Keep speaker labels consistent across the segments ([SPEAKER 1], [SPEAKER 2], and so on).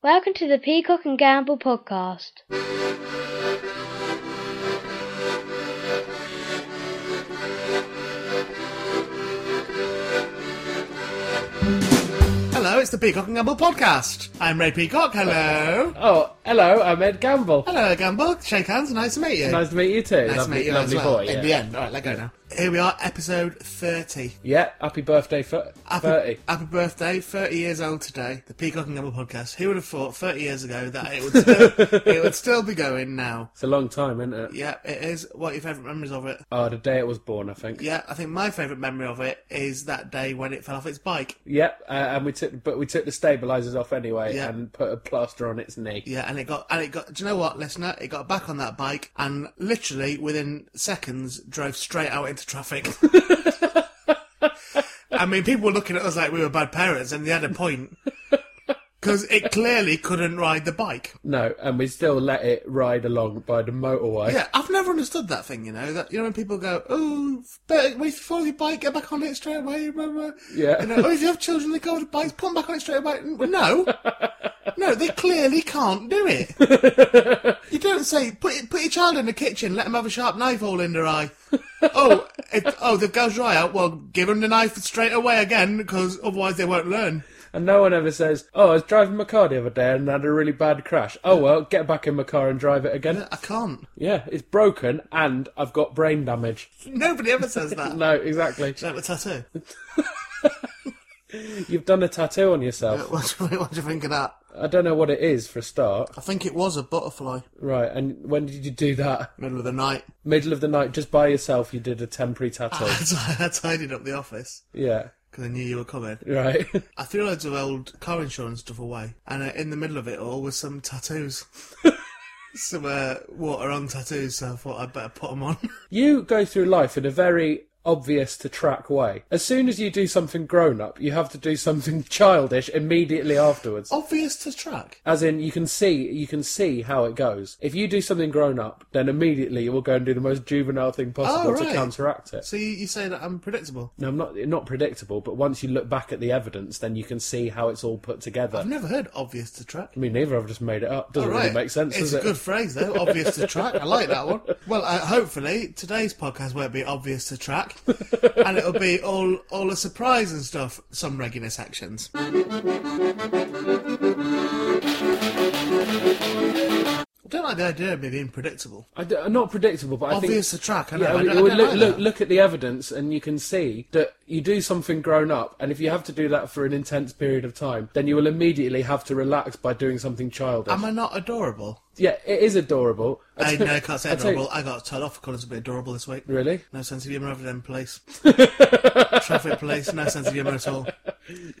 [SPEAKER 1] Welcome to the Peacock and Gamble podcast.
[SPEAKER 2] Hello, it's the Peacock and Gamble podcast. I'm Ray Peacock. Hello.
[SPEAKER 3] Oh, hello, I'm Ed Gamble.
[SPEAKER 2] Hello, Gamble. Shake hands. Nice to meet you.
[SPEAKER 3] Nice to meet you too.
[SPEAKER 2] Nice to
[SPEAKER 3] lovely
[SPEAKER 2] meet you
[SPEAKER 3] lovely
[SPEAKER 2] as well.
[SPEAKER 3] boy.
[SPEAKER 2] In
[SPEAKER 3] Yeah.
[SPEAKER 2] the end. All right, let go now. Here we are, episode 30.
[SPEAKER 3] Yeah, happy birthday for 30.
[SPEAKER 2] happy birthday. 30 years old today. The Peacock and Gamble podcast. Who would have thought 30 years ago that it would still, it would still be going now?
[SPEAKER 3] It's a long time, isn't it?
[SPEAKER 2] Yeah, it is. What are your favourite memories of it?
[SPEAKER 3] Oh, the day it was born, I think.
[SPEAKER 2] Yeah, I think my favourite memory of it is that day when it fell off its bike.
[SPEAKER 3] Yeah, uh, and we took, but we took the stabilizers off anyway
[SPEAKER 2] Yeah.
[SPEAKER 3] and put a plaster on its knee.
[SPEAKER 2] Yeah, and it got and it got. Do you know what, listener? It got back on that bike and literally within seconds drove straight out into traffic. I mean, people were looking at us like we were bad parents, and they had a point because it clearly couldn't ride the bike.
[SPEAKER 3] No, and we still let it ride along by the motorway.
[SPEAKER 2] Yeah, I've never understood that thing. You know that you know when people go, "Oh, better wait for your bike, get back on it straight away." Blah, blah.
[SPEAKER 3] Yeah.
[SPEAKER 2] You know, oh, if you have children, they go on bikes, put them back on it straight away. Well, No, no, they clearly can't do it. you don't say put it- put your child in the kitchen, let them have a sharp knife all in their eye. oh, it, oh, the girl's dry out. Well, give them the knife straight away again, because otherwise they won't learn.
[SPEAKER 3] And no one ever says, "Oh, I was driving my car the other day and had a really bad crash." Oh well, get back in my car and drive it again.
[SPEAKER 2] I can't.
[SPEAKER 3] Yeah, it's broken and I've got brain damage.
[SPEAKER 2] Nobody ever says that.
[SPEAKER 3] No, exactly.
[SPEAKER 2] Is that the tattoo?
[SPEAKER 3] You've done a tattoo on yourself.
[SPEAKER 2] what, do you, what do you think of that?
[SPEAKER 3] I don't know what it is for a start.
[SPEAKER 2] I think it was a butterfly.
[SPEAKER 3] Right, and when did you do that?
[SPEAKER 2] Middle of the night.
[SPEAKER 3] Middle of the night, just by yourself, you did a temporary tattoo.
[SPEAKER 2] So I tidied up the office
[SPEAKER 3] yeah,
[SPEAKER 2] because I knew you were coming.
[SPEAKER 3] right.
[SPEAKER 2] I threw loads of old car insurance stuff away, and uh, in the middle of it all was some tattoos. some uh, water on tattoos, so I thought I'd better put them on.
[SPEAKER 3] you go through life in a very obvious to track way. As soon as you do something grown up, you have to do something childish immediately afterwards.
[SPEAKER 2] Obvious to track.
[SPEAKER 3] As in, you can see, you can see how it goes. If you do something grown up, then immediately you will go and do the most juvenile thing possible
[SPEAKER 2] Oh, right.
[SPEAKER 3] to counteract it.
[SPEAKER 2] So you, you say that I'm predictable.
[SPEAKER 3] Now, I'm not not predictable, but once you look back at the evidence, then you can see how it's all put together.
[SPEAKER 2] I've never heard obvious to track.
[SPEAKER 3] Me neither. I've just made it up. Doesn't
[SPEAKER 2] All right,
[SPEAKER 3] really make sense,
[SPEAKER 2] It's
[SPEAKER 3] does
[SPEAKER 2] a
[SPEAKER 3] it?
[SPEAKER 2] good phrase though. Obvious to track. I like that one. Well, uh, hopefully today's podcast won't be obvious to track, and it'll be all all a surprise and stuff. Some regular sections. I don't like the idea of me being predictable.
[SPEAKER 3] I d- not predictable, but I think
[SPEAKER 2] Obvious to track. I know.
[SPEAKER 3] Yeah,
[SPEAKER 2] I don't, I
[SPEAKER 3] well,
[SPEAKER 2] don't
[SPEAKER 3] look,
[SPEAKER 2] like
[SPEAKER 3] look,
[SPEAKER 2] that.
[SPEAKER 3] look at the evidence, and you can see that you do something grown up, and if you have to do that for an intense period of time, then you will immediately have to relax by doing something childish.
[SPEAKER 2] Am I not adorable?
[SPEAKER 3] yeah, it is adorable.
[SPEAKER 2] I,
[SPEAKER 3] tell-
[SPEAKER 2] no, I can't say
[SPEAKER 3] I tell you-
[SPEAKER 2] adorable. I got told off for calling somebody adorable this week.
[SPEAKER 3] Really?
[SPEAKER 2] No sense of humour over them place. Traffic place. No sense of humour at all.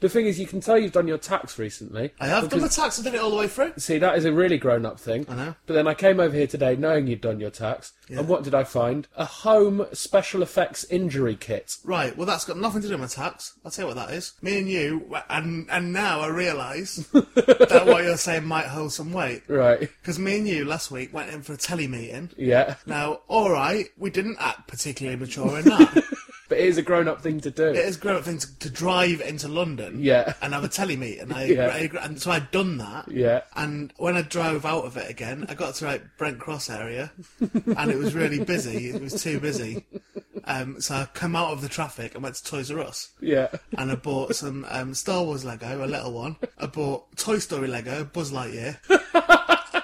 [SPEAKER 3] The thing is, you can tell you've done your tax recently.
[SPEAKER 2] I have done the tax. I did it all the way through.
[SPEAKER 3] See, that is a really grown up thing. I
[SPEAKER 2] know.
[SPEAKER 3] But then I came over here today knowing you'd done your tax, and what did I find? A home special effects injury kit.
[SPEAKER 2] Right, well, that's got nothing to do with my tax. I'll tell you what that is. Me and you, and and now I realise that what you're saying might hold some weight.
[SPEAKER 3] Right.
[SPEAKER 2] Because me and you last week went in for a telly meeting.
[SPEAKER 3] Yeah.
[SPEAKER 2] Now, all right, we didn't act particularly mature in that.
[SPEAKER 3] But it is a grown up thing to do.
[SPEAKER 2] it is a grown-up thing to, to drive into London
[SPEAKER 3] Yeah.
[SPEAKER 2] and have a telly meeting. I,
[SPEAKER 3] Yeah.
[SPEAKER 2] I agree- and so I'd done that.
[SPEAKER 3] Yeah.
[SPEAKER 2] And when I drove out of it again, I got to like Brent Cross area, and it was really busy. It was too busy. Um, so I come out of the traffic and went to Toys R Us.
[SPEAKER 3] Yeah.
[SPEAKER 2] and I bought some um, Star Wars Lego, a little one. I bought Toy Story Lego, Buzz Lightyear,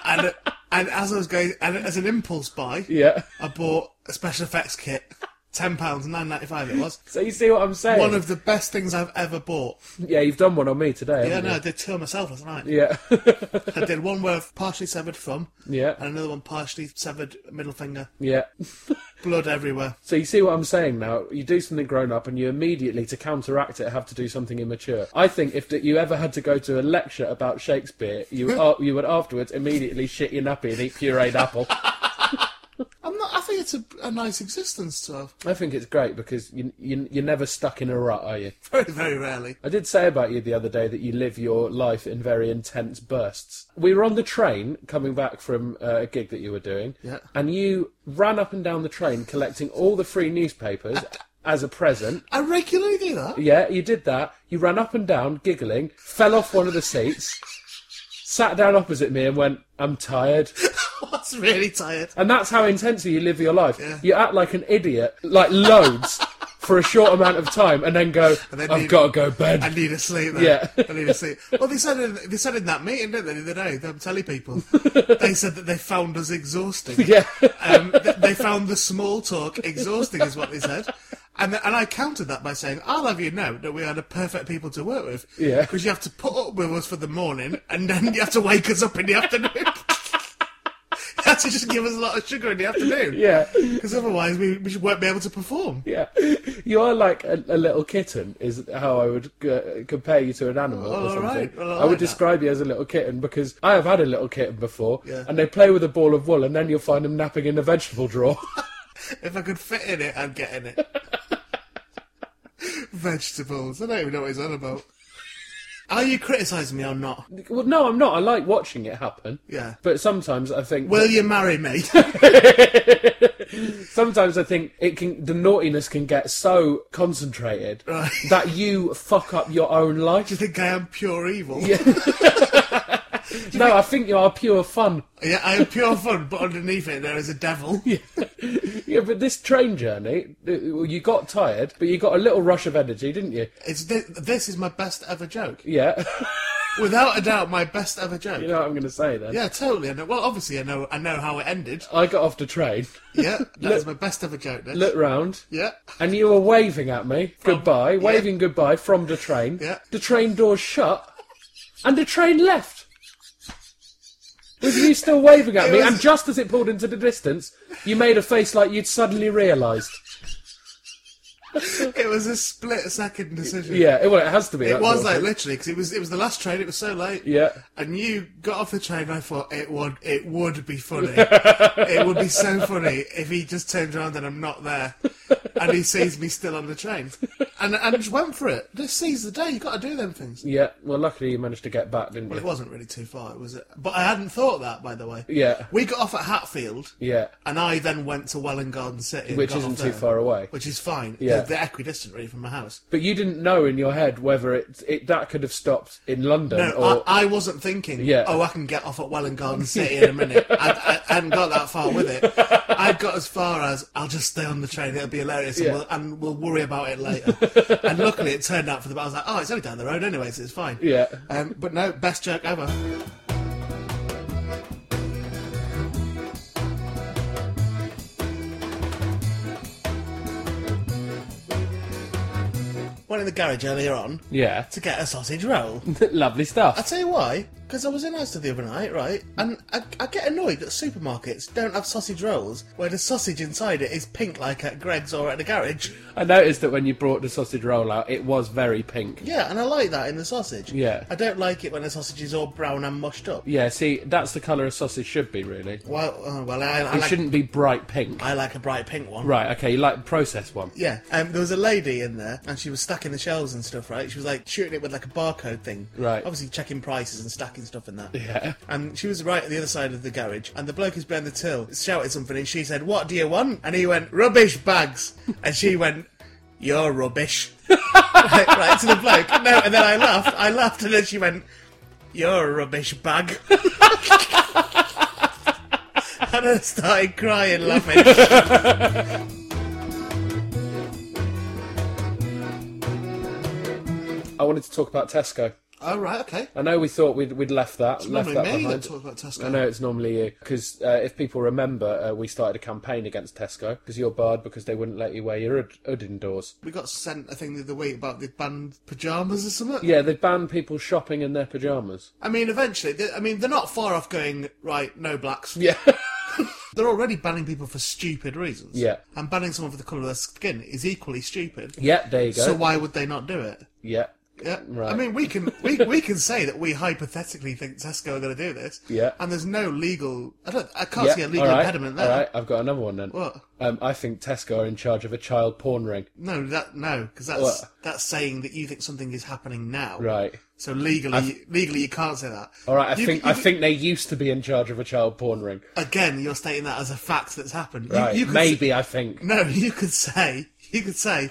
[SPEAKER 2] and and as I was going, and as an impulse buy,
[SPEAKER 3] Yeah.
[SPEAKER 2] I bought a special effects kit, ten pounds nine ninety five. It was
[SPEAKER 3] So you see what I'm saying?
[SPEAKER 2] one of the best things I've ever bought.
[SPEAKER 3] yeah, you've done one on me today.
[SPEAKER 2] Yeah,
[SPEAKER 3] haven't
[SPEAKER 2] no, I did two on myself last night.
[SPEAKER 3] you? Yeah.
[SPEAKER 2] I did one with partially severed thumb, and
[SPEAKER 3] yeah.
[SPEAKER 2] another one partially severed middle finger.
[SPEAKER 3] Yeah.
[SPEAKER 2] Blood everywhere.
[SPEAKER 3] So you see what I'm saying now? You do something grown up and you immediately, to counteract it, have to do something immature. I think if that you ever had to go to a lecture about Shakespeare, you would, ar- you would afterwards immediately shit your nappy and eat pureed apple.
[SPEAKER 2] I'm not. I think it's a, a nice existence to have.
[SPEAKER 3] I think it's great because you, you, you're never stuck in a rut, are you?
[SPEAKER 2] Very, very rarely.
[SPEAKER 3] I did say about you the other day that you live your life in very intense bursts. We were on the train coming back from uh, a gig that you were doing,
[SPEAKER 2] Yeah.
[SPEAKER 3] and you ran up and down the train collecting all the free newspapers as a present.
[SPEAKER 2] I regularly do that.
[SPEAKER 3] Yeah, you did that. You ran up and down giggling, fell off one of the seats, sat down opposite me and went, I'm tired.
[SPEAKER 2] I was really tired.
[SPEAKER 3] And that's how intensely you live your life. You act like an idiot, like loads, for a short amount of time, and then go,
[SPEAKER 2] then
[SPEAKER 3] I've
[SPEAKER 2] you-
[SPEAKER 3] got to go bed.
[SPEAKER 2] I need a sleep. Then.
[SPEAKER 3] Yeah.
[SPEAKER 2] I need a sleep. Well, they said in, they said in that meeting, didn't they? The other day, them telly people, they said that they found us exhausting.
[SPEAKER 3] yeah.
[SPEAKER 2] Um, th- they found the small talk exhausting, is what they said. And th- and I countered that by saying, "I'll have you know that we are the perfect people to work with.
[SPEAKER 3] Yeah.
[SPEAKER 2] because you have to put up with us for the morning, and then you have to wake us up in the afternoon. you have to just give us a lot of sugar in the afternoon,
[SPEAKER 3] yeah.
[SPEAKER 2] because otherwise we, we won't be able to perform."
[SPEAKER 3] Yeah. You are like a, a little kitten, is how I would uh, compare you to an animal
[SPEAKER 2] Oh,
[SPEAKER 3] or
[SPEAKER 2] all
[SPEAKER 3] something.
[SPEAKER 2] right. Well, I
[SPEAKER 3] I,
[SPEAKER 2] like
[SPEAKER 3] would
[SPEAKER 2] that.
[SPEAKER 3] describe you as a little kitten because I have had a little kitten before,
[SPEAKER 2] Yeah.
[SPEAKER 3] and they play with a ball of wool, and then you'll find them napping in the vegetable drawer.
[SPEAKER 2] If I could fit in it, I'd get in it. Vegetables. I don't even know what he's on about. Are you criticising me or not?
[SPEAKER 3] well, no, I'm not. I like watching it happen.
[SPEAKER 2] Yeah.
[SPEAKER 3] But sometimes I think.
[SPEAKER 2] Will you marry me?
[SPEAKER 3] Sometimes I think it can the naughtiness can get so concentrated
[SPEAKER 2] Right.
[SPEAKER 3] that you fuck up your own
[SPEAKER 2] you
[SPEAKER 3] life.
[SPEAKER 2] think I am pure evil?
[SPEAKER 3] Yeah. No, I think you are pure fun.
[SPEAKER 2] Yeah, I am pure fun, but underneath it there is a devil.
[SPEAKER 3] Yeah, but this train journey, uh, you got tired, but you got a little rush of energy, didn't you?
[SPEAKER 2] It's this, this is my best ever joke.
[SPEAKER 3] Yeah.
[SPEAKER 2] Without a doubt, my best ever joke.
[SPEAKER 3] you know what I'm going to say then?
[SPEAKER 2] Yeah, totally. I know. Well, obviously, I know. I know how it ended.
[SPEAKER 3] I got off the train,
[SPEAKER 2] Yeah, that was my best ever joke. Then.
[SPEAKER 3] looked round,
[SPEAKER 2] Yeah,
[SPEAKER 3] and you were waving at me goodbye, waving goodbye from the train.
[SPEAKER 2] Yeah.
[SPEAKER 3] The train door shut, and the train left. With you still waving at me,
[SPEAKER 2] was-
[SPEAKER 3] and just as it pulled into the distance, you made a face like you'd suddenly realised.
[SPEAKER 2] it was a split second decision.
[SPEAKER 3] Yeah, it- well, it has to be.
[SPEAKER 2] It
[SPEAKER 3] that
[SPEAKER 2] was
[SPEAKER 3] sort
[SPEAKER 2] like
[SPEAKER 3] of thing.
[SPEAKER 2] literally because it was it was the last train. It was so late.
[SPEAKER 3] Yeah.
[SPEAKER 2] And you got off the train. and I thought it would it would be funny. it would be so funny if he just turned around and I'm not there, and he sees me still on the train, and and just went for it. Just seize the day. You got to do them things.
[SPEAKER 3] Yeah, well, luckily you managed to get back, didn't
[SPEAKER 2] It
[SPEAKER 3] you?
[SPEAKER 2] wasn't really too far, was it? But I hadn't thought that, by the way.
[SPEAKER 3] Yeah.
[SPEAKER 2] We got off at Hatfield,
[SPEAKER 3] Yeah.
[SPEAKER 2] and I then went to Welland Garden City, and
[SPEAKER 3] Which
[SPEAKER 2] got off
[SPEAKER 3] isn't too
[SPEAKER 2] there,
[SPEAKER 3] far away.
[SPEAKER 2] Which is fine.
[SPEAKER 3] Yeah.
[SPEAKER 2] They're, they're equidistant really from my house.
[SPEAKER 3] But you didn't know in your head whether it, it that could have stopped in London
[SPEAKER 2] No,
[SPEAKER 3] or
[SPEAKER 2] I, I wasn't thinking.
[SPEAKER 3] Yeah.
[SPEAKER 2] Oh, I can get off at Welland Garden City in a minute. I, I, I hadn't got that far with it. I got as far as I'll just stay on the train. It'll be hilarious,
[SPEAKER 3] Yeah.
[SPEAKER 2] and, we'll, and we'll worry about it later. and luckily, it turned out for the. I was like, oh, it's only down the road anyway, so it's fine.
[SPEAKER 3] Yeah.
[SPEAKER 2] Um, but no, best joke ever. Went in the garage earlier on
[SPEAKER 3] yeah,
[SPEAKER 2] to get a sausage roll.
[SPEAKER 3] lovely
[SPEAKER 2] I
[SPEAKER 3] stuff.
[SPEAKER 2] tell you why, because I was in Asda the other night, right? And I, I get annoyed that supermarkets don't have sausage rolls where the sausage inside it is pink, like at Greg's or at the garage.
[SPEAKER 3] I noticed that when you brought the sausage roll out, it was very pink.
[SPEAKER 2] Yeah, and I like that in the sausage.
[SPEAKER 3] Yeah.
[SPEAKER 2] I don't like it when the sausage is all brown and mushed up.
[SPEAKER 3] Yeah, see, that's the colour a sausage should be, really.
[SPEAKER 2] Well, uh, well, I, I
[SPEAKER 3] It
[SPEAKER 2] like
[SPEAKER 3] shouldn't be bright pink.
[SPEAKER 2] I like a bright pink one.
[SPEAKER 3] Right, okay, you like the processed one.
[SPEAKER 2] Yeah, um, there was a lady in there, and she was stacking the shelves and stuff. Right, she was like shooting it with like a barcode thing.
[SPEAKER 3] Right.
[SPEAKER 2] obviously checking prices and stacking stuff and that.
[SPEAKER 3] Yeah.
[SPEAKER 2] And she was right at the other side of the garage, and the bloke who's behind the till shouted something, and she said, "What do you want?" And he went, "Rubbish bags," and she went, "You're rubbish." right, right to the bloke. No, and then I laughed. I laughed, and then she went, "You're a rubbish bag." and I started crying, laughing.
[SPEAKER 3] I wanted to talk about Tesco.
[SPEAKER 2] oh right, okay.
[SPEAKER 3] I know we thought we'd, we'd left that. left
[SPEAKER 2] Normally
[SPEAKER 3] that
[SPEAKER 2] me
[SPEAKER 3] behind.
[SPEAKER 2] that talks about Tesco.
[SPEAKER 3] I know it's normally you because uh, if people remember, uh, we started a campaign against Tesco because you're barred because they wouldn't let you wear your hood- hood indoors.
[SPEAKER 2] We got sent a thing the other week about the banned pajamas or something.
[SPEAKER 3] Yeah, they ban people shopping in their pajamas.
[SPEAKER 2] I mean, eventually, they- I mean, they're not far off going right. No blacks.
[SPEAKER 3] Yeah,
[SPEAKER 2] They're already banning people for stupid reasons.
[SPEAKER 3] Yeah.
[SPEAKER 2] and banning someone for the colour of their skin is equally stupid.
[SPEAKER 3] yeah, there you go.
[SPEAKER 2] So why would they not do it?
[SPEAKER 3] yeah,
[SPEAKER 2] Yeah,
[SPEAKER 3] Right.
[SPEAKER 2] I mean, we can we, we can say that we hypothetically think Tesco are going to do this.
[SPEAKER 3] Yeah.
[SPEAKER 2] and there's no legal. I don't. I can't
[SPEAKER 3] yeah.
[SPEAKER 2] see a legal
[SPEAKER 3] all right,
[SPEAKER 2] impediment there.
[SPEAKER 3] All right, I've got another one then.
[SPEAKER 2] What?
[SPEAKER 3] Um, I think Tesco are in charge of a child porn ring.
[SPEAKER 2] No, that no, because that's
[SPEAKER 3] What?
[SPEAKER 2] that's saying that you think something is happening now.
[SPEAKER 3] Right.
[SPEAKER 2] So legally, legally, you can't say that.
[SPEAKER 3] All right, I
[SPEAKER 2] You-
[SPEAKER 3] think
[SPEAKER 2] you-
[SPEAKER 3] I think they used to be in charge of a child porn ring.
[SPEAKER 2] again, you're stating that as a fact that's happened. You-
[SPEAKER 3] Right,
[SPEAKER 2] you could
[SPEAKER 3] maybe I think.
[SPEAKER 2] no, you could say, you could say,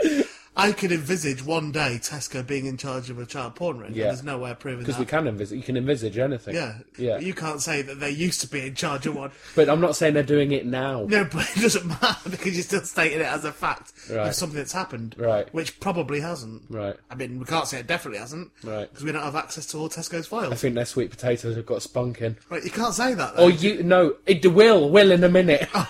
[SPEAKER 2] I could envisage one day Tesco being in charge of a child porn ring.
[SPEAKER 3] Yeah.
[SPEAKER 2] Yeah. There's no way of proving
[SPEAKER 3] Because
[SPEAKER 2] that.
[SPEAKER 3] we can envisage, you can envisage anything.
[SPEAKER 2] Ah. yeah.
[SPEAKER 3] yeah.
[SPEAKER 2] But You can't say that they used to be in charge of one.
[SPEAKER 3] But I'm not saying they're doing it now.
[SPEAKER 2] No, but it doesn't matter because you're still stating it as a fact
[SPEAKER 3] Right.
[SPEAKER 2] of something that's happened.
[SPEAKER 3] Right.
[SPEAKER 2] Which probably hasn't.
[SPEAKER 3] Right.
[SPEAKER 2] I mean, we can't say it definitely hasn't.
[SPEAKER 3] Right.
[SPEAKER 2] Because we don't have access to all Tesco's
[SPEAKER 3] I
[SPEAKER 2] files.
[SPEAKER 3] think their sweet potatoes have got spunk in.
[SPEAKER 2] Right, you can't say that. Though.
[SPEAKER 3] Or Oh, you, no, it will, will in a minute.
[SPEAKER 2] Oh,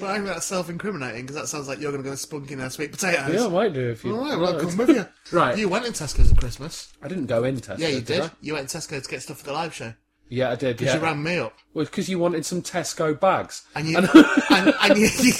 [SPEAKER 2] But I think that's self-incriminating because that sounds like you're going to go spunk in their sweet potatoes.
[SPEAKER 3] yeah, I might do if you.
[SPEAKER 2] All right, well, I'll come with you.
[SPEAKER 3] Right.
[SPEAKER 2] You went in Tesco's at Christmas.
[SPEAKER 3] I didn't go in Tesco.
[SPEAKER 2] Yeah, you did.
[SPEAKER 3] I?
[SPEAKER 2] You went in Tesco to get stuff for the live show.
[SPEAKER 3] Yeah, I did.
[SPEAKER 2] 'Cause
[SPEAKER 3] Yeah.
[SPEAKER 2] You ran me up.
[SPEAKER 3] Well, because you wanted some Tesco bags.
[SPEAKER 2] And you, and, and you, you,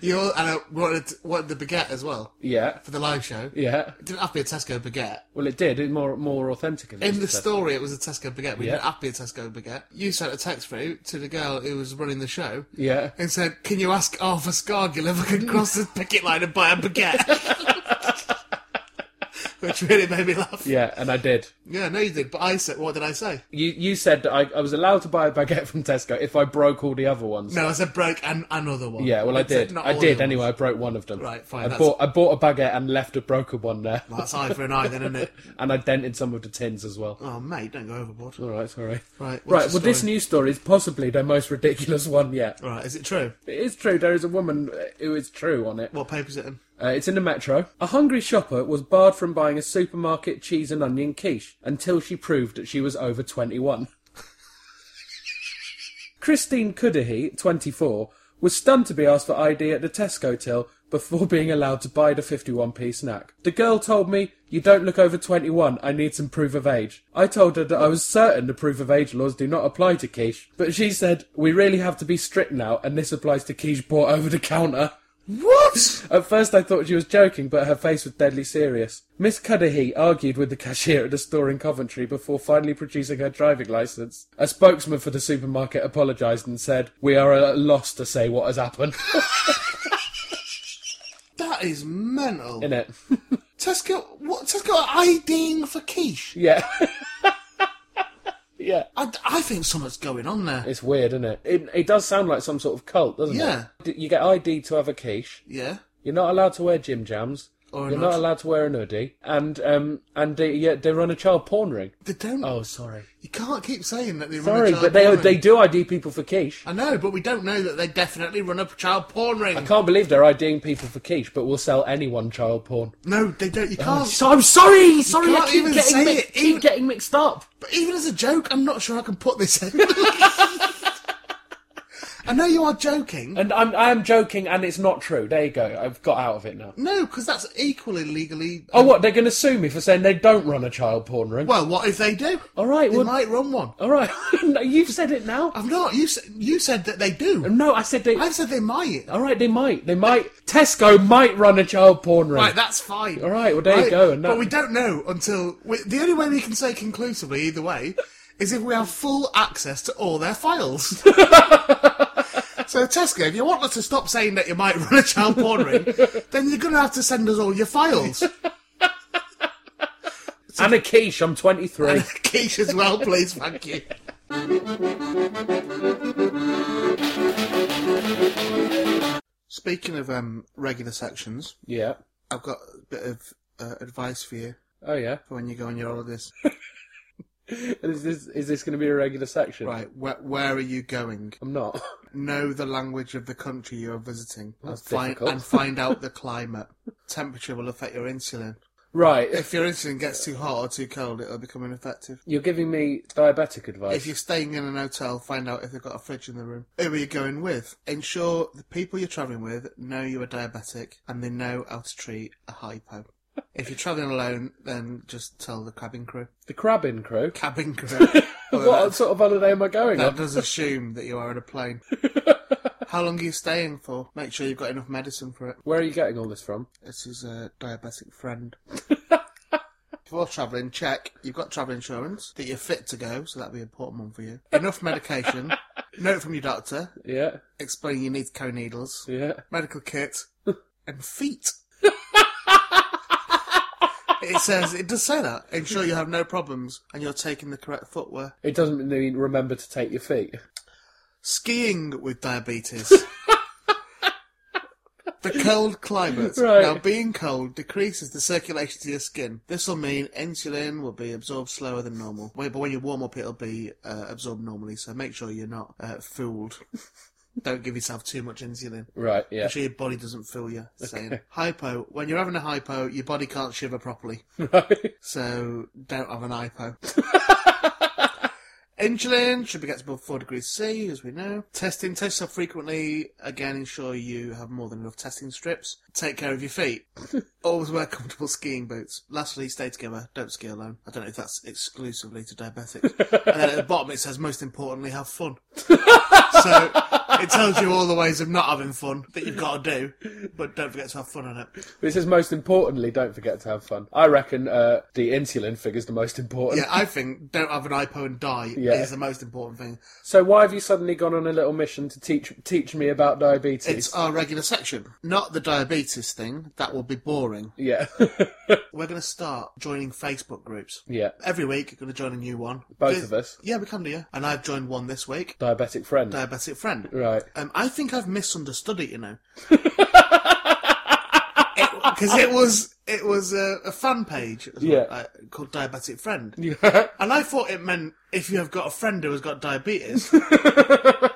[SPEAKER 2] you all, and I wanted, wanted the baguette as well
[SPEAKER 3] Yeah.
[SPEAKER 2] for the live show.
[SPEAKER 3] Yeah.
[SPEAKER 2] It didn't have to be a Tesco baguette.
[SPEAKER 3] Well, it did. It more more authentic. than
[SPEAKER 2] In the
[SPEAKER 3] this Tesco.
[SPEAKER 2] story, it was a Tesco baguette. We
[SPEAKER 3] Yeah.
[SPEAKER 2] didn't have to be a Tesco baguette. You sent a text through to the girl who was running the show
[SPEAKER 3] Yeah.
[SPEAKER 2] and said, Can you ask Arthur Scargill if I can cross the picket line and buy a baguette? Which really made me laugh.
[SPEAKER 3] Yeah, and I did.
[SPEAKER 2] Yeah, no, you did. But I said, What did I say?
[SPEAKER 3] You you said that I, I was allowed to buy a baguette from Tesco if I broke all the other ones.
[SPEAKER 2] No, I said broke and another one.
[SPEAKER 3] Yeah, well, I
[SPEAKER 2] said
[SPEAKER 3] did.
[SPEAKER 2] not
[SPEAKER 3] I
[SPEAKER 2] all
[SPEAKER 3] did
[SPEAKER 2] the
[SPEAKER 3] anyway. I
[SPEAKER 2] ones.
[SPEAKER 3] broke one of them.
[SPEAKER 2] Right, fine,
[SPEAKER 3] I
[SPEAKER 2] that's-
[SPEAKER 3] bought I bought a baguette and left a broken one there,
[SPEAKER 2] That's eye for an eye, then, isn't it?
[SPEAKER 3] and I dented some of the tins as well.
[SPEAKER 2] Oh, mate, don't go overboard.
[SPEAKER 3] All right, sorry.
[SPEAKER 2] Right, what's
[SPEAKER 3] right.
[SPEAKER 2] the
[SPEAKER 3] Well, this
[SPEAKER 2] story?
[SPEAKER 3] news story is possibly their most ridiculous one yet.
[SPEAKER 2] Right, is it true?
[SPEAKER 3] It is true. There is a woman uh, who is true on it.
[SPEAKER 2] What paper's it in?
[SPEAKER 3] Uh, it's in the metro. A hungry shopper was barred from buying a supermarket cheese and onion quiche until she proved that she was over 21. Christine Cudahy, 24, was stunned to be asked for ID at the Tesco till before being allowed to buy the 51p snack. The girl told me, You don't look over 21, I need some proof of age. I told her that I was certain the proof of age laws do not apply to quiche, but she said, We really have to be strict now, and this applies to quiche bought over the counter.
[SPEAKER 2] What?
[SPEAKER 3] At first, I thought she was joking, but her face was deadly serious. Miss Cudahy argued with the cashier at the store in Coventry before finally producing her driving license. A spokesman for the supermarket apologised and said, "We are at a loss to say what has happened."
[SPEAKER 2] That is mental.
[SPEAKER 3] In it,
[SPEAKER 2] Tesco, what? Tesco are IDing for quiche?
[SPEAKER 3] yeah, yeah.
[SPEAKER 2] I, I think something's going on there.
[SPEAKER 3] It's weird, isn't it? it? It does sound like some sort of cult, doesn't
[SPEAKER 2] Yeah.
[SPEAKER 3] it? D- You get ID to have a quiche.
[SPEAKER 2] Yeah.
[SPEAKER 3] You're not allowed to wear gym jams.
[SPEAKER 2] Or
[SPEAKER 3] You're
[SPEAKER 2] not.
[SPEAKER 3] not allowed to wear an hoodie, and um, and they, yeah, they run a child porn ring.
[SPEAKER 2] They don't.
[SPEAKER 3] Oh, sorry.
[SPEAKER 2] You can't keep saying that they run
[SPEAKER 3] Sorry,
[SPEAKER 2] a child
[SPEAKER 3] but they
[SPEAKER 2] porn
[SPEAKER 3] they
[SPEAKER 2] ring.
[SPEAKER 3] do ID people for quiche.
[SPEAKER 2] I know, but we don't know that they definitely run a child porn ring.
[SPEAKER 3] I can't believe they're IDing people for quiche, but will sell anyone child porn.
[SPEAKER 2] No, they don't. You can't.
[SPEAKER 3] Oh, So I'm sorry, sorry,
[SPEAKER 2] can't even say it, even-
[SPEAKER 3] getting mixed up.
[SPEAKER 2] But even as a joke, I'm not sure I can put this in. I know you are joking.
[SPEAKER 3] And I'm I'm joking, and it's not true. There you go. I've got out of it now.
[SPEAKER 2] No, because that's equally legally.
[SPEAKER 3] Oh, what? They're going to sue me for saying they don't run a child porn ring.
[SPEAKER 2] Well, what if they do?
[SPEAKER 3] all right,
[SPEAKER 2] They
[SPEAKER 3] well,
[SPEAKER 2] might run one.
[SPEAKER 3] all right. No, You've said it now.
[SPEAKER 2] I've not. You said, you said that they do.
[SPEAKER 3] no, I said they.
[SPEAKER 2] I've said they might.
[SPEAKER 3] all right, they might. They might. Tesco might run a child porn ring.
[SPEAKER 2] Right, that's fine.
[SPEAKER 3] All right, well, there you go, and that-
[SPEAKER 2] But we don't know until we, the only way we can say conclusively either way is if we have full access to all their files. so Tesco, if you want us to stop saying that you might run a child porn ring, then you're going to have to send us all your files.
[SPEAKER 3] and a quiche. I'm 23.
[SPEAKER 2] Quiche as well, please. Thank you. Speaking of um, regular sections,
[SPEAKER 3] yeah.
[SPEAKER 2] I've got a bit of uh, advice for you
[SPEAKER 3] Oh yeah.
[SPEAKER 2] for when you go on your holidays.
[SPEAKER 3] And is this is this going to be a regular section?
[SPEAKER 2] right, where, where are you going?
[SPEAKER 3] I'm not.
[SPEAKER 2] Know the language of the country you are visiting and
[SPEAKER 3] That's
[SPEAKER 2] find,
[SPEAKER 3] difficult.
[SPEAKER 2] and find out the climate. Temperature will affect your insulin.
[SPEAKER 3] Right.
[SPEAKER 2] If your insulin gets too hot or too cold, it'll become ineffective.
[SPEAKER 3] You're giving me diabetic advice.
[SPEAKER 2] If you're staying in an hotel, find out if they've got a fridge in the room. Who are you going with? Ensure the people you're travelling with know you are diabetic and they know how to treat a hypo. If you're travelling alone, then just tell the cabin crew.
[SPEAKER 3] The Crabbin Crew.
[SPEAKER 2] Cabin crew. Although
[SPEAKER 3] What
[SPEAKER 2] that,
[SPEAKER 3] sort of holiday am I going
[SPEAKER 2] that
[SPEAKER 3] on?
[SPEAKER 2] does assume that you are on a plane. How long are you staying for? Make sure you've got enough medicine for it.
[SPEAKER 3] Where are you getting all this from?
[SPEAKER 2] This is a diabetic friend. Before travelling, check you've got travel insurance, that you're fit to go, so that'd be an important one for you. Enough medication. Note from your doctor,
[SPEAKER 3] Yeah,
[SPEAKER 2] explaining you need to carry needles,
[SPEAKER 3] yeah.
[SPEAKER 2] medical kit, and feet. it says, it does say that. Ensure you have no problems and you're taking the correct footwear.
[SPEAKER 3] It doesn't mean remember to take your feet.
[SPEAKER 2] Skiing with diabetes. The cold climates.
[SPEAKER 3] Right.
[SPEAKER 2] Now, being cold decreases the circulation to your skin. This will mean insulin will be absorbed slower than normal. Wait, But when you warm up, it'll be uh, absorbed normally, so make sure you're not uh, fooled. Don't give yourself too much insulin.
[SPEAKER 3] Right, yeah.
[SPEAKER 2] Make sure your body doesn't fool you. Saying hypo. When you're having a hypo, your body can't shiver properly.
[SPEAKER 3] Right.
[SPEAKER 2] So don't have an hypo. Insulin should be kept above 4 degrees C, as we know. Testing, test yourself frequently. Again, ensure you have more than enough testing strips. Take care of your feet. Always wear comfortable skiing boots. Lastly, stay together. Don't ski alone. I don't know if that's exclusively to diabetics. and then at the bottom it says, most importantly, have fun. so it tells you all the ways of not having fun that you've got to do, but don't forget to have fun on it.
[SPEAKER 3] This is most importantly, don't forget to have fun. I reckon uh, the insulin figure's the most important.
[SPEAKER 2] Yeah, I think don't have an hypo and die
[SPEAKER 3] Yeah.
[SPEAKER 2] is the most important thing.
[SPEAKER 3] So why have you suddenly gone on a little mission to teach teach me about diabetes?
[SPEAKER 2] It's our regular section, not the diabetes thing. That will be boring.
[SPEAKER 3] Yeah.
[SPEAKER 2] We're going to start joining Facebook groups.
[SPEAKER 3] yeah.
[SPEAKER 2] Every week, you're going to join a new one.
[SPEAKER 3] Both
[SPEAKER 2] This-
[SPEAKER 3] of us.
[SPEAKER 2] Yeah, we can do, yeah. And I've joined one this week,
[SPEAKER 3] Diabetic friend.
[SPEAKER 2] Diabetic Friend.
[SPEAKER 3] right.
[SPEAKER 2] Um, I think I've misunderstood it, you know. Because it was it was a, a fan page as well,
[SPEAKER 3] Yeah.
[SPEAKER 2] uh, called Diabetic Friend.
[SPEAKER 3] Yeah.
[SPEAKER 2] And I thought it meant if you have got a friend who has got diabetes. but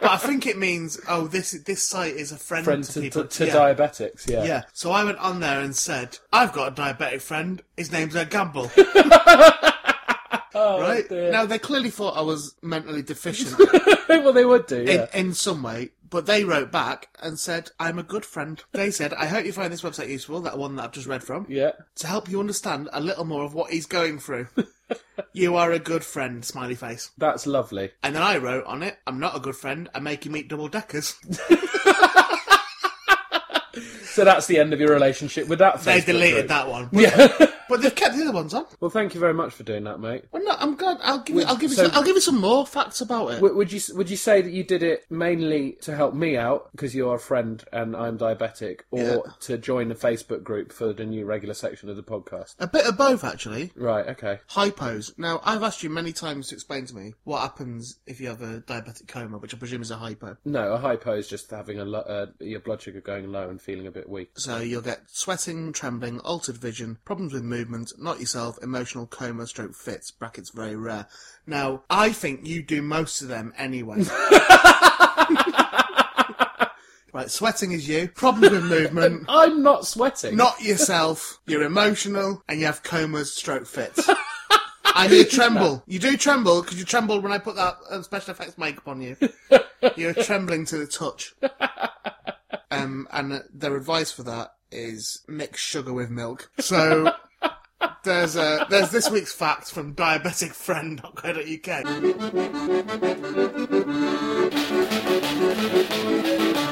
[SPEAKER 2] I think it means, oh, this this site is a friend,
[SPEAKER 3] friend
[SPEAKER 2] to,
[SPEAKER 3] to,
[SPEAKER 2] people.
[SPEAKER 3] to, to
[SPEAKER 2] yeah.
[SPEAKER 3] diabetics. Yeah.
[SPEAKER 2] Yeah. So I went on there and said, I've got a diabetic friend. His name's Ed Gamble.
[SPEAKER 3] Oh,
[SPEAKER 2] right?
[SPEAKER 3] dear.
[SPEAKER 2] Now, they clearly thought I was mentally deficient
[SPEAKER 3] well, they would do. Yeah.
[SPEAKER 2] in, in some way, but they wrote back and said, I'm a good friend. They said, I hope you find this website useful, that one that I've just read from,
[SPEAKER 3] yeah.
[SPEAKER 2] to help you understand a little more of what he's going through. you are a good friend, smiley face.
[SPEAKER 3] That's lovely.
[SPEAKER 2] And then I wrote on it, I'm not a good friend. I make you meet double deckers.
[SPEAKER 3] So that's the end of your relationship with that.
[SPEAKER 2] They
[SPEAKER 3] Facebook
[SPEAKER 2] deleted
[SPEAKER 3] group.
[SPEAKER 2] that one.
[SPEAKER 3] Yeah.
[SPEAKER 2] But they've kept the other ones on.
[SPEAKER 3] well, thank you very much for doing that, mate.
[SPEAKER 2] Well, no, I'm glad. I'll give you, I'll give you,
[SPEAKER 3] so-
[SPEAKER 2] some, I'll give you some more facts about it.
[SPEAKER 3] W- would you s- would you say that you did it mainly to help me out because you're a friend and I'm diabetic, or
[SPEAKER 2] Yeah.
[SPEAKER 3] to join the Facebook group for the new regular section of the podcast?
[SPEAKER 2] A bit of both, actually.
[SPEAKER 3] Right. Okay.
[SPEAKER 2] Hypos. Now, I've asked you many times to explain to me what happens if you have a diabetic coma, which I presume is a hypo.
[SPEAKER 3] No, a hypo is just having a lo- uh, your blood sugar going low and feeling a bit weak.
[SPEAKER 2] So you'll get sweating, trembling, altered vision, problems with movement, not yourself, emotional coma, stroke fits, brackets very rare. Now, I think you do most of them anyway. right, sweating is you, problems with movement,
[SPEAKER 3] I'm not sweating.
[SPEAKER 2] not yourself, you're emotional, and you have comas, stroke fits. And you tremble. You do tremble because you trembled when I put that uh, special effects makeup on you. You're trembling to the touch. Um, and uh, their advice for that is mix sugar with milk. So there's uh, there's this week's fact from diabeticfriend.co.uk.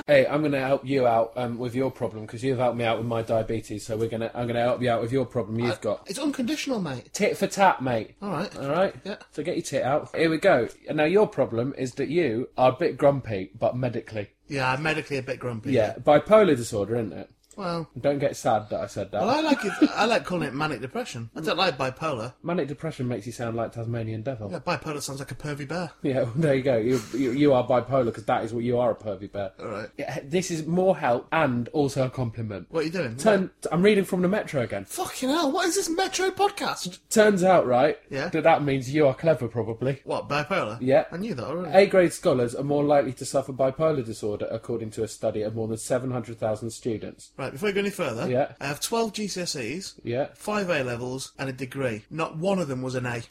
[SPEAKER 3] Hey, I'm going to help you out um, with your problem because you've helped me out with my diabetes. So we're going to I'm going to help you out with your problem you've got.
[SPEAKER 2] It's unconditional, mate.
[SPEAKER 3] Tit for tat, mate.
[SPEAKER 2] All right.
[SPEAKER 3] All right.
[SPEAKER 2] Yeah.
[SPEAKER 3] So get your tit out. Here we go. Now your problem is that you are a bit grumpy, but medically.
[SPEAKER 2] Yeah, I'm medically a bit grumpy.
[SPEAKER 3] Yeah. Bipolar disorder, isn't it?
[SPEAKER 2] Well,
[SPEAKER 3] Don't get sad that I said that.
[SPEAKER 2] well, I like it. I like calling it manic depression. I don't like bipolar.
[SPEAKER 3] Manic depression makes you sound like Tasmanian devil. Yeah.
[SPEAKER 2] Yeah, bipolar sounds like a pervy bear.
[SPEAKER 3] well, there you go. You you, you are bipolar because that is what you are a pervy bear.
[SPEAKER 2] All right.
[SPEAKER 3] Yeah, This is more help and also a compliment.
[SPEAKER 2] What are you doing?
[SPEAKER 3] Turn. I'm reading from the Metro again.
[SPEAKER 2] Fucking hell, what is this Metro podcast?
[SPEAKER 3] Turns out, right?
[SPEAKER 2] Yeah.
[SPEAKER 3] That that means you are clever, probably.
[SPEAKER 2] What, bipolar?
[SPEAKER 3] Yeah.
[SPEAKER 2] I knew that already.
[SPEAKER 3] A grade scholars are more likely to suffer bipolar disorder, according to a study of more than 700,000 students.
[SPEAKER 2] Right, before we go any further,
[SPEAKER 3] Yeah.
[SPEAKER 2] I have 12 GCSEs,
[SPEAKER 3] Yeah.
[SPEAKER 2] 5 A levels, and a degree. Not one of them was an A.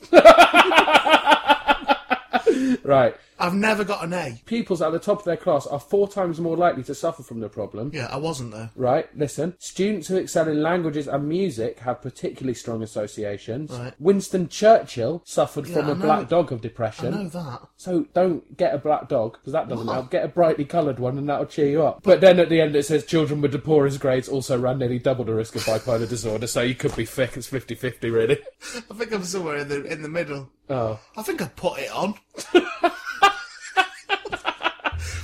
[SPEAKER 3] Right.
[SPEAKER 2] I've never got an A.
[SPEAKER 3] Pupils at the top of their class are four times more likely to suffer from the problem.
[SPEAKER 2] Yeah, I wasn't though.
[SPEAKER 3] Right, listen. Students who excel in languages and music have particularly strong associations.
[SPEAKER 2] Right.
[SPEAKER 3] Winston Churchill suffered from
[SPEAKER 2] I know.
[SPEAKER 3] a black dog of
[SPEAKER 2] I
[SPEAKER 3] depression.
[SPEAKER 2] know that.
[SPEAKER 3] So don't get a black dog because that doesn't help. Get a brightly coloured one and that'll cheer you up. But then at the end it says children with the poorest grades also ran nearly double the risk of bipolar disorder. So you could be thick. It's 50-50 really.
[SPEAKER 2] I think I'm somewhere in the in the middle.
[SPEAKER 3] Oh,
[SPEAKER 2] I think I put it on.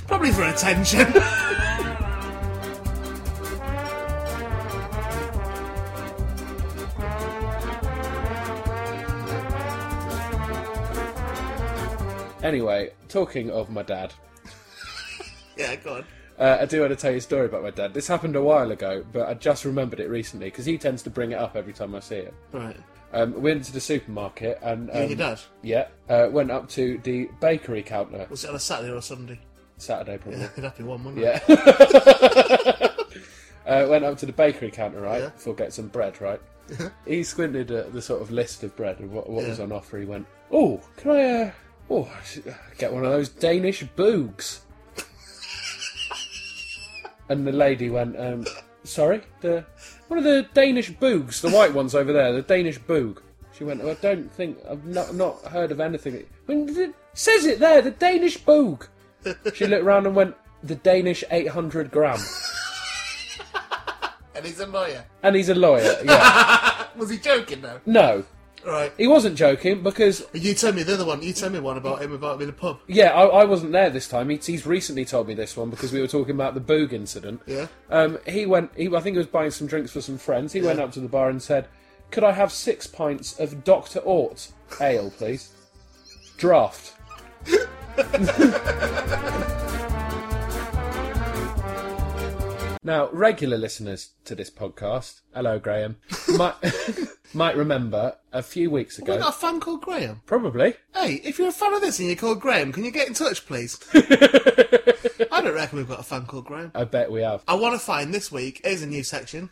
[SPEAKER 2] Probably for attention.
[SPEAKER 3] anyway, talking of my dad.
[SPEAKER 2] yeah, go on.
[SPEAKER 3] Uh, I do want to tell you a story about my dad. This happened a while ago, but I just remembered it recently because he tends to bring it up every time I see him.
[SPEAKER 2] Right.
[SPEAKER 3] Um, went to the supermarket and um,
[SPEAKER 2] Yeah, he does.
[SPEAKER 3] yeah, uh, went up to the bakery counter
[SPEAKER 2] Was it on a Saturday or a Sunday?
[SPEAKER 3] Saturday probably.
[SPEAKER 2] It'd have to be one, wouldn't it?
[SPEAKER 3] Yeah. uh, went up to the bakery counter, right?
[SPEAKER 2] Yeah.
[SPEAKER 3] For get some bread, right? he squinted at the sort of list of bread and what, what was
[SPEAKER 2] Yeah.
[SPEAKER 3] on offer. He went, "Oh, can I? Uh, oh, I should get one of those Danish boogs." and the lady went, um, "Sorry, the one of the Danish boogs, the white ones over there, the Danish boog." She went, "I don't think I've not, not heard of anything." When it says it there, the Danish boog. She looked round and went, the Danish 800 gram.
[SPEAKER 2] And he's a lawyer.
[SPEAKER 3] And he's a lawyer, yeah.
[SPEAKER 2] Was he joking though?
[SPEAKER 3] No,
[SPEAKER 2] Right.
[SPEAKER 3] he wasn't joking because,
[SPEAKER 2] You tell me the other one. You tell me one about him about me in the pub.
[SPEAKER 3] yeah, I, I wasn't there this time. He's, he's recently told me this one because we were talking about the Boog incident.
[SPEAKER 2] Yeah.
[SPEAKER 3] Um, he went, he, I think he was buying some drinks for some friends. He went up to the bar and said, Could I have six pints of Dr. Ort ale, please? Draft. Now, regular listeners to this podcast, hello Graham, might, might remember a few weeks
[SPEAKER 2] We
[SPEAKER 3] ago,
[SPEAKER 2] got a fan called Graham.
[SPEAKER 3] probably.
[SPEAKER 2] Hey, if you're a fan of this and you're called Graham, can you get in touch, please? I don't reckon we've got a fan called Graham.
[SPEAKER 3] I bet we have.
[SPEAKER 2] I want to find this week. Here's a new section,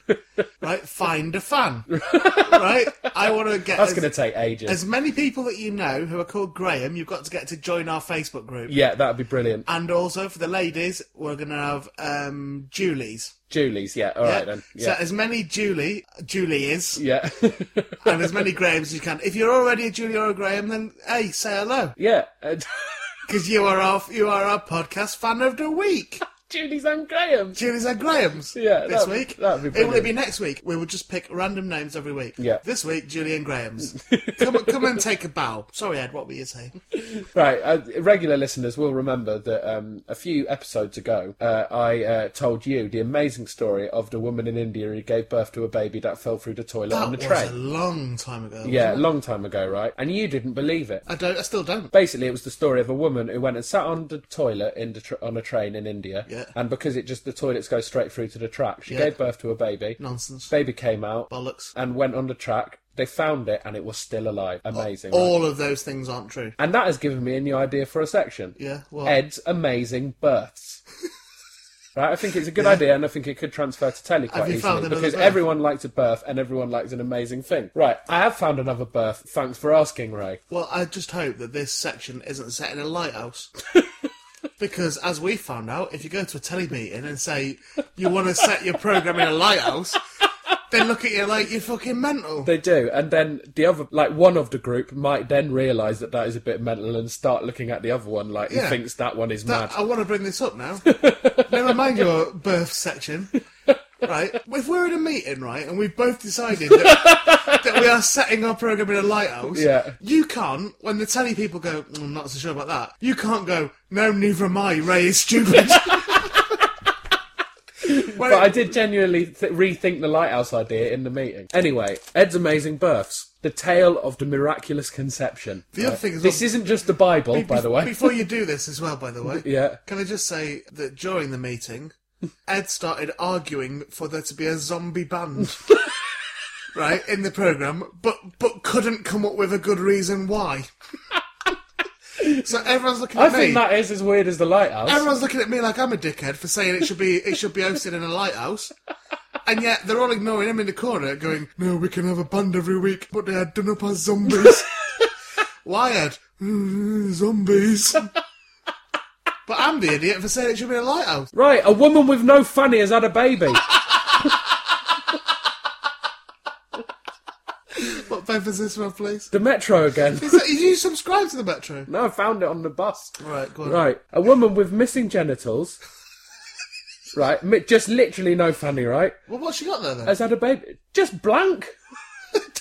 [SPEAKER 2] right? Find a fan, right? I want to get
[SPEAKER 3] That's
[SPEAKER 2] as,
[SPEAKER 3] going to take ages.
[SPEAKER 2] as many people that you know who are called Graham. You've got to get to join our Facebook group.
[SPEAKER 3] yeah, that'd be brilliant.
[SPEAKER 2] And also for the ladies, we're gonna have um, Julie's.
[SPEAKER 3] Julie's, yeah, all right then.
[SPEAKER 2] So
[SPEAKER 3] Yeah.
[SPEAKER 2] as many Julie Julie is,
[SPEAKER 3] yeah.
[SPEAKER 2] and as many Grahams as you can. If you're already a Julie or a Graham, then hey, say hello
[SPEAKER 3] Yeah, and
[SPEAKER 2] because you are our you are our podcast fan of the week.
[SPEAKER 3] Julie's and Graham.
[SPEAKER 2] Julie's and Graham's.
[SPEAKER 3] Yeah,
[SPEAKER 2] this
[SPEAKER 3] that'd-
[SPEAKER 2] week.
[SPEAKER 3] that'd be
[SPEAKER 2] it will
[SPEAKER 3] brilliant.
[SPEAKER 2] be next week. We will just pick random names every week.
[SPEAKER 3] Yeah.
[SPEAKER 2] This week, Julie and Graham's. come, come and take a bow. Sorry, Ed. What were you saying?
[SPEAKER 3] Right, uh, regular listeners will remember that um, a few episodes ago, uh, I uh, told you the amazing story of the woman in India who gave birth to a baby that fell through the toilet
[SPEAKER 2] That
[SPEAKER 3] on the
[SPEAKER 2] was
[SPEAKER 3] tray.
[SPEAKER 2] a long time ago. wasn't
[SPEAKER 3] Yeah, a
[SPEAKER 2] it?
[SPEAKER 3] long time ago, right? And you didn't believe it.
[SPEAKER 2] I don't. I still don't.
[SPEAKER 3] Basically, it was the story of a woman who went and sat on the toilet in the tr on a train in India,
[SPEAKER 2] Yeah.
[SPEAKER 3] and because it just the toilets go straight through to the track, she
[SPEAKER 2] Yeah.
[SPEAKER 3] gave birth to a baby.
[SPEAKER 2] Nonsense.
[SPEAKER 3] Baby came out
[SPEAKER 2] Bollocks.
[SPEAKER 3] and went on the track. They found it, and it was still alive. Amazing. right?
[SPEAKER 2] All of those things aren't true.
[SPEAKER 3] And that has given me a new idea for a section.
[SPEAKER 2] Yeah. Well,
[SPEAKER 3] Ed's amazing births. right? I think it's a good idea, and I think it could transfer to telly quite
[SPEAKER 2] you found
[SPEAKER 3] easily
[SPEAKER 2] another
[SPEAKER 3] because
[SPEAKER 2] birth?
[SPEAKER 3] everyone likes a birth, and everyone likes an amazing thing. Right? I have found another birth. Thanks for asking, Ray.
[SPEAKER 2] well, I just hope that this section isn't set in a lighthouse. Because as we found out, if you go to a telly meeting and say you want to set your program in a lighthouse, they look at you like you're fucking mental.
[SPEAKER 3] They do, and then the other, like one of the group, might then realise that that is a bit mental and start looking at the other one like he
[SPEAKER 2] Yeah.
[SPEAKER 3] thinks that one is
[SPEAKER 2] That-
[SPEAKER 3] mad.
[SPEAKER 2] I want to bring this up now. Never mind your birth section. Right, if we're in a meeting, right, and we've both decided that, that we are setting our program in a lighthouse,
[SPEAKER 3] Yeah.
[SPEAKER 2] you can't. When the telly people go, "Mm, I'm not so sure about that. You can't go. No, neither am I. Ray is stupid. Well,
[SPEAKER 3] But I did genuinely th- rethink the lighthouse idea in the meeting. Anyway, Ed's amazing births. The tale of the miraculous conception.
[SPEAKER 2] The other thing is-
[SPEAKER 3] this isn't just the Bible, by the way.
[SPEAKER 2] Before you do this as well, by the way,
[SPEAKER 3] Yeah.
[SPEAKER 2] Can I just say that during the meeting, Ed started arguing for there to be a zombie band, right, in the program, but but couldn't come up with a good reason why. so everyone's looking at
[SPEAKER 3] I
[SPEAKER 2] me.
[SPEAKER 3] think that is as weird as the lighthouse.
[SPEAKER 2] Everyone's looking at me like I'm a dickhead for saying it should be it should be hosted in a lighthouse. And yet they're all ignoring him in the corner, going, "No, we can have a band every week, but they are done up as zombies." Why, Ed? zombies. but I'm the idiot for saying it should be a lighthouse.
[SPEAKER 3] Right, a woman with no fanny has had a baby.
[SPEAKER 2] What paper's this one, please?
[SPEAKER 3] the metro again.
[SPEAKER 2] Is that, you subscribe to the Metro?
[SPEAKER 3] No, I found it on the bus.
[SPEAKER 2] Right, go on.
[SPEAKER 3] Right, a woman with missing genitals. right, mi- just literally no fanny. Right,
[SPEAKER 2] Well, what's she
[SPEAKER 3] Uh,
[SPEAKER 2] got there then?
[SPEAKER 3] has had a baby. Just blank.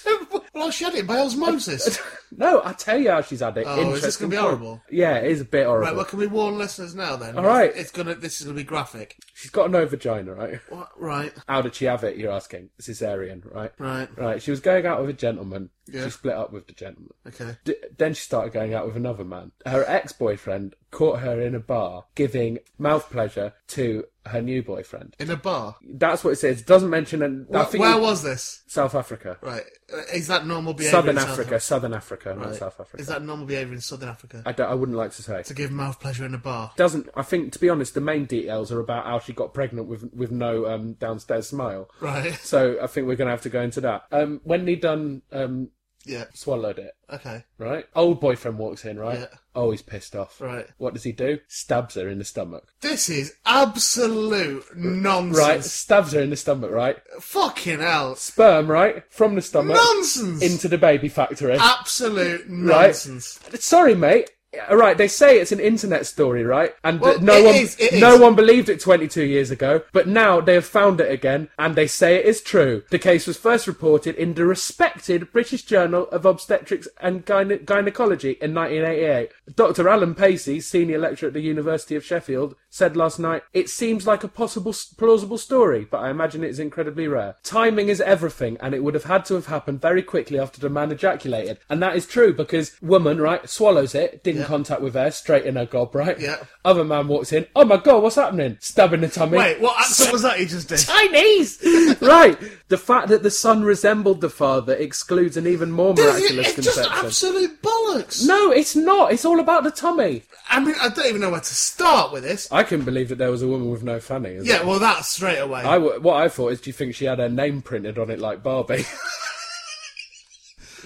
[SPEAKER 2] well, she had it by osmosis.
[SPEAKER 3] No, I tell you how she's had it.
[SPEAKER 2] Oh, is this
[SPEAKER 3] Interesting
[SPEAKER 2] gonna be
[SPEAKER 3] point.
[SPEAKER 2] horrible?
[SPEAKER 3] Yeah, it is a bit horrible.
[SPEAKER 2] Right, well, can we warn listeners now then?
[SPEAKER 3] All right.
[SPEAKER 2] It's gonna. This is gonna be graphic.
[SPEAKER 3] She's got no vagina, right?
[SPEAKER 2] What? Right.
[SPEAKER 3] How did she have it? You're asking. Cesarean, right?
[SPEAKER 2] Right.
[SPEAKER 3] Right. She was going out with a gentleman.
[SPEAKER 2] Yeah.
[SPEAKER 3] She split up with the gentleman.
[SPEAKER 2] Okay.
[SPEAKER 3] D- then she started going out with another man. Her ex-boyfriend caught her in a bar giving mouth pleasure to her new boyfriend.
[SPEAKER 2] In a bar.
[SPEAKER 3] That's what it says. It doesn't mention. And I
[SPEAKER 2] Wh-
[SPEAKER 3] think
[SPEAKER 2] Where
[SPEAKER 3] it-
[SPEAKER 2] was this?
[SPEAKER 3] South Africa,
[SPEAKER 2] Right. Uh, Is that normal behaviour?
[SPEAKER 3] Southern
[SPEAKER 2] in South
[SPEAKER 3] Africa, Southern Africa, not
[SPEAKER 2] Right.
[SPEAKER 3] South Africa.
[SPEAKER 2] Is that normal behaviour in Southern Africa?
[SPEAKER 3] I, don't, I wouldn't like to say.
[SPEAKER 2] To give mouth pleasure in a bar.
[SPEAKER 3] Doesn't I think to be honest, the main details are about how she got pregnant with with no um, downstairs smile.
[SPEAKER 2] Right.
[SPEAKER 3] So I think we're going to have to go into that. Um, Wendy Dunn um,
[SPEAKER 2] Yeah.
[SPEAKER 3] swallowed it,
[SPEAKER 2] Okay.
[SPEAKER 3] right? Old boyfriend walks in, right?
[SPEAKER 2] Yeah.
[SPEAKER 3] Oh, he's pissed off.
[SPEAKER 2] Right.
[SPEAKER 3] What does he do? Stabs her in the stomach.
[SPEAKER 2] This is absolute
[SPEAKER 3] Right,
[SPEAKER 2] nonsense.
[SPEAKER 3] stabs her in the stomach. Right,
[SPEAKER 2] Fucking hell.
[SPEAKER 3] sperm. Right, from the stomach
[SPEAKER 2] Nonsense. Ah!
[SPEAKER 3] into the baby factory.
[SPEAKER 2] absolute nonsense.
[SPEAKER 3] Sorry, mate. All right, they say it's an internet story, right? And
[SPEAKER 2] Well,
[SPEAKER 3] no
[SPEAKER 2] it
[SPEAKER 3] one,
[SPEAKER 2] is, it
[SPEAKER 3] no
[SPEAKER 2] is.
[SPEAKER 3] one believed it 22 years ago, but now they have found it again, and they say it is true. The case was first reported in the respected British Journal of Obstetrics and Gyne- Gynecology in 1988. Dr. Alan Pacey, senior lecturer at the University of Sheffield, said last night, "It seems like a possible, plausible story, but I imagine it is incredibly rare. Timing is everything, and it would have had to have happened very quickly after the man ejaculated, and that is true because woman, right, swallows it, didn't contact with air, straight in her gob, right?
[SPEAKER 2] Yeah.
[SPEAKER 3] Other man walks in. Oh my god, what's happening? Stabbing the tummy.
[SPEAKER 2] Wait, what accent was that you just did?
[SPEAKER 3] Chinese. right. The fact that the son resembled the father excludes an even more miraculous
[SPEAKER 2] It's just
[SPEAKER 3] conception.
[SPEAKER 2] absolute bollocks.
[SPEAKER 3] no, it's not. It's all about the tummy.
[SPEAKER 2] I mean, I don't even know where to start with this.
[SPEAKER 3] I couldn't believe that there was a woman with no fanny. as
[SPEAKER 2] Yeah, well, that's straight away.
[SPEAKER 3] I w- what I thought is, do you think she had her name printed on it like Barbie?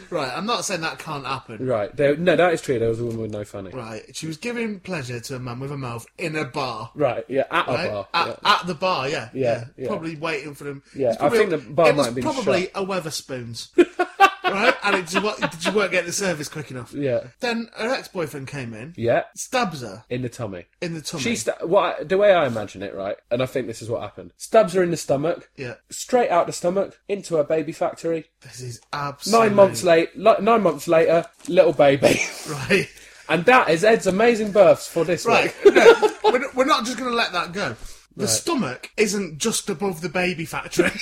[SPEAKER 2] Right, I'm not saying that can't happen.
[SPEAKER 3] right. There, no, that is true. There was a woman with no fanny. Right.
[SPEAKER 2] Right, she was giving pleasure to a man with a mouth in a bar.
[SPEAKER 3] yeah. At
[SPEAKER 2] Right?
[SPEAKER 3] a bar.
[SPEAKER 2] At,
[SPEAKER 3] yeah.
[SPEAKER 2] at the bar, yeah,
[SPEAKER 3] Yeah, yeah.
[SPEAKER 2] Probably waiting for them.
[SPEAKER 3] Yeah,
[SPEAKER 2] It's probably-
[SPEAKER 3] I think the
[SPEAKER 2] it
[SPEAKER 3] bar might
[SPEAKER 2] was
[SPEAKER 3] have been
[SPEAKER 2] probably a Weatherspoons. right? And it, just wa- did you weren't getting the service quick enough?
[SPEAKER 3] Yeah.
[SPEAKER 2] Then her ex boyfriend came in,
[SPEAKER 3] Yeah.
[SPEAKER 2] stabs her
[SPEAKER 3] In the tummy.
[SPEAKER 2] in the tummy.
[SPEAKER 3] She sta- what I, the way I imagine it, right? And I think this is what happened. Stabs her in the stomach.
[SPEAKER 2] yeah,
[SPEAKER 3] Straight out the stomach into her baby factory.
[SPEAKER 2] this is absolutely.
[SPEAKER 3] Nine months late. Li- nine months later, little baby.
[SPEAKER 2] Right.
[SPEAKER 3] and that is Ed's amazing births for this
[SPEAKER 2] Right.
[SPEAKER 3] week.
[SPEAKER 2] no, we're, we're not just going to let that go. The stomach isn't just above the baby factory.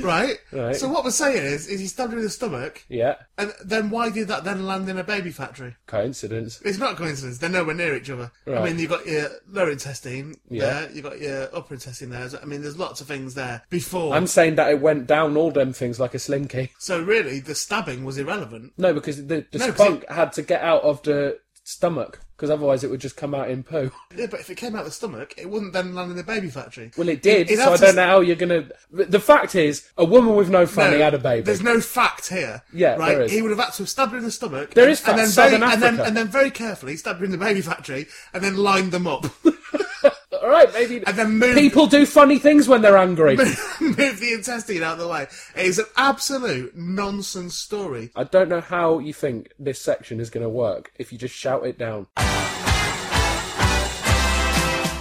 [SPEAKER 2] right?
[SPEAKER 3] Right.
[SPEAKER 2] So what we're saying is, is he stabbed her in the stomach,
[SPEAKER 3] Yeah.
[SPEAKER 2] and then why did that then land in a baby factory?
[SPEAKER 3] Coincidence.
[SPEAKER 2] It's not a coincidence. They're nowhere near each other. I
[SPEAKER 3] Right.
[SPEAKER 2] mean, you've got your lower intestine
[SPEAKER 3] Yeah.
[SPEAKER 2] there, you've got your upper intestine there. I mean, there's lots of things there before.
[SPEAKER 3] I'm saying that it went down all them things like a slinky.
[SPEAKER 2] So really, the stabbing was irrelevant.
[SPEAKER 3] No, because the, the
[SPEAKER 2] 'cause it-
[SPEAKER 3] spunk had to get out of the stomach because otherwise it would just come out in poo.
[SPEAKER 2] Yeah, but if it came out of the stomach, it wouldn't then land in the baby factory.
[SPEAKER 3] Well, it did.
[SPEAKER 2] It- it
[SPEAKER 3] so I
[SPEAKER 2] had to
[SPEAKER 3] don't
[SPEAKER 2] s-
[SPEAKER 3] know how you're gonna. The fact is, a woman with no fanny had a baby.
[SPEAKER 2] There's no fact here.
[SPEAKER 3] Yeah,
[SPEAKER 2] right.
[SPEAKER 3] there is.
[SPEAKER 2] He would have had to have stabbed her in the stomach.
[SPEAKER 3] There
[SPEAKER 2] and-
[SPEAKER 3] is fact,
[SPEAKER 2] and then
[SPEAKER 3] Southern
[SPEAKER 2] very, and then
[SPEAKER 3] Africa.
[SPEAKER 2] and then very carefully stabbed her in the baby factory, and then lined them up,
[SPEAKER 3] All right, maybe.
[SPEAKER 2] and then moved
[SPEAKER 3] People do funny things when they're angry.
[SPEAKER 2] moved the intestine out of the way. It is an absolute nonsense story.
[SPEAKER 3] I don't know how you think this section is going to work if you just shout it down.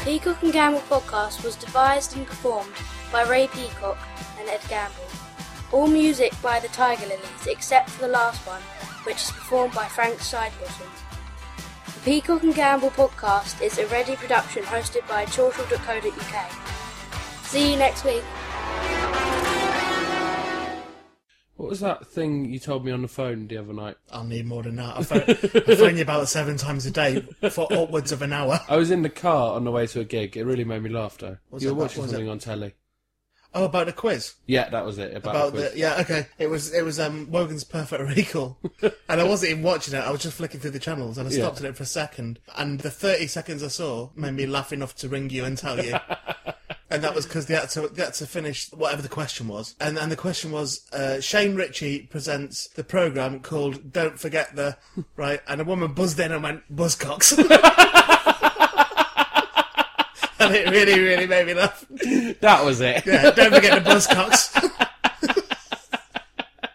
[SPEAKER 1] Peacock and Gamble podcast was devised and performed by Ray Peacock and Ed Gamble. All music by the Tiger Lilies except for the last one, which is performed by Frank Sidebottom. The Peacock and Gamble podcast is a ready production hosted by chortle.co.uk. See you next week.
[SPEAKER 3] What was that thing you told me on the phone the other night?
[SPEAKER 2] I'll need more than that. I phone, I phone you about seven times a day for upwards of an hour.
[SPEAKER 3] I was in the car on the way to a gig. It really made me laugh, though.
[SPEAKER 2] Was
[SPEAKER 3] you
[SPEAKER 2] it
[SPEAKER 3] were
[SPEAKER 2] that-
[SPEAKER 3] watching
[SPEAKER 2] was it-
[SPEAKER 3] something on telly.
[SPEAKER 2] Oh, about the quiz.
[SPEAKER 3] Yeah, that was it. About,
[SPEAKER 2] About
[SPEAKER 3] the quiz.
[SPEAKER 2] the yeah, okay. It was it was um Wogan's Perfect Recall, and I wasn't even watching it. I was just flicking through the channels, and I
[SPEAKER 3] Yeah.
[SPEAKER 2] stopped at it for a second. And the thirty seconds I saw made me laugh enough to ring you and tell you. And that was because they had to they had to finish whatever the question was, and and the question was uh, Shane Ritchie presents the program called Don't Forget the right, and a woman buzzed in and went Buzzcocks, and it really really made me laugh.
[SPEAKER 3] That was it.
[SPEAKER 2] Yeah, don't forget the Buzzcocks.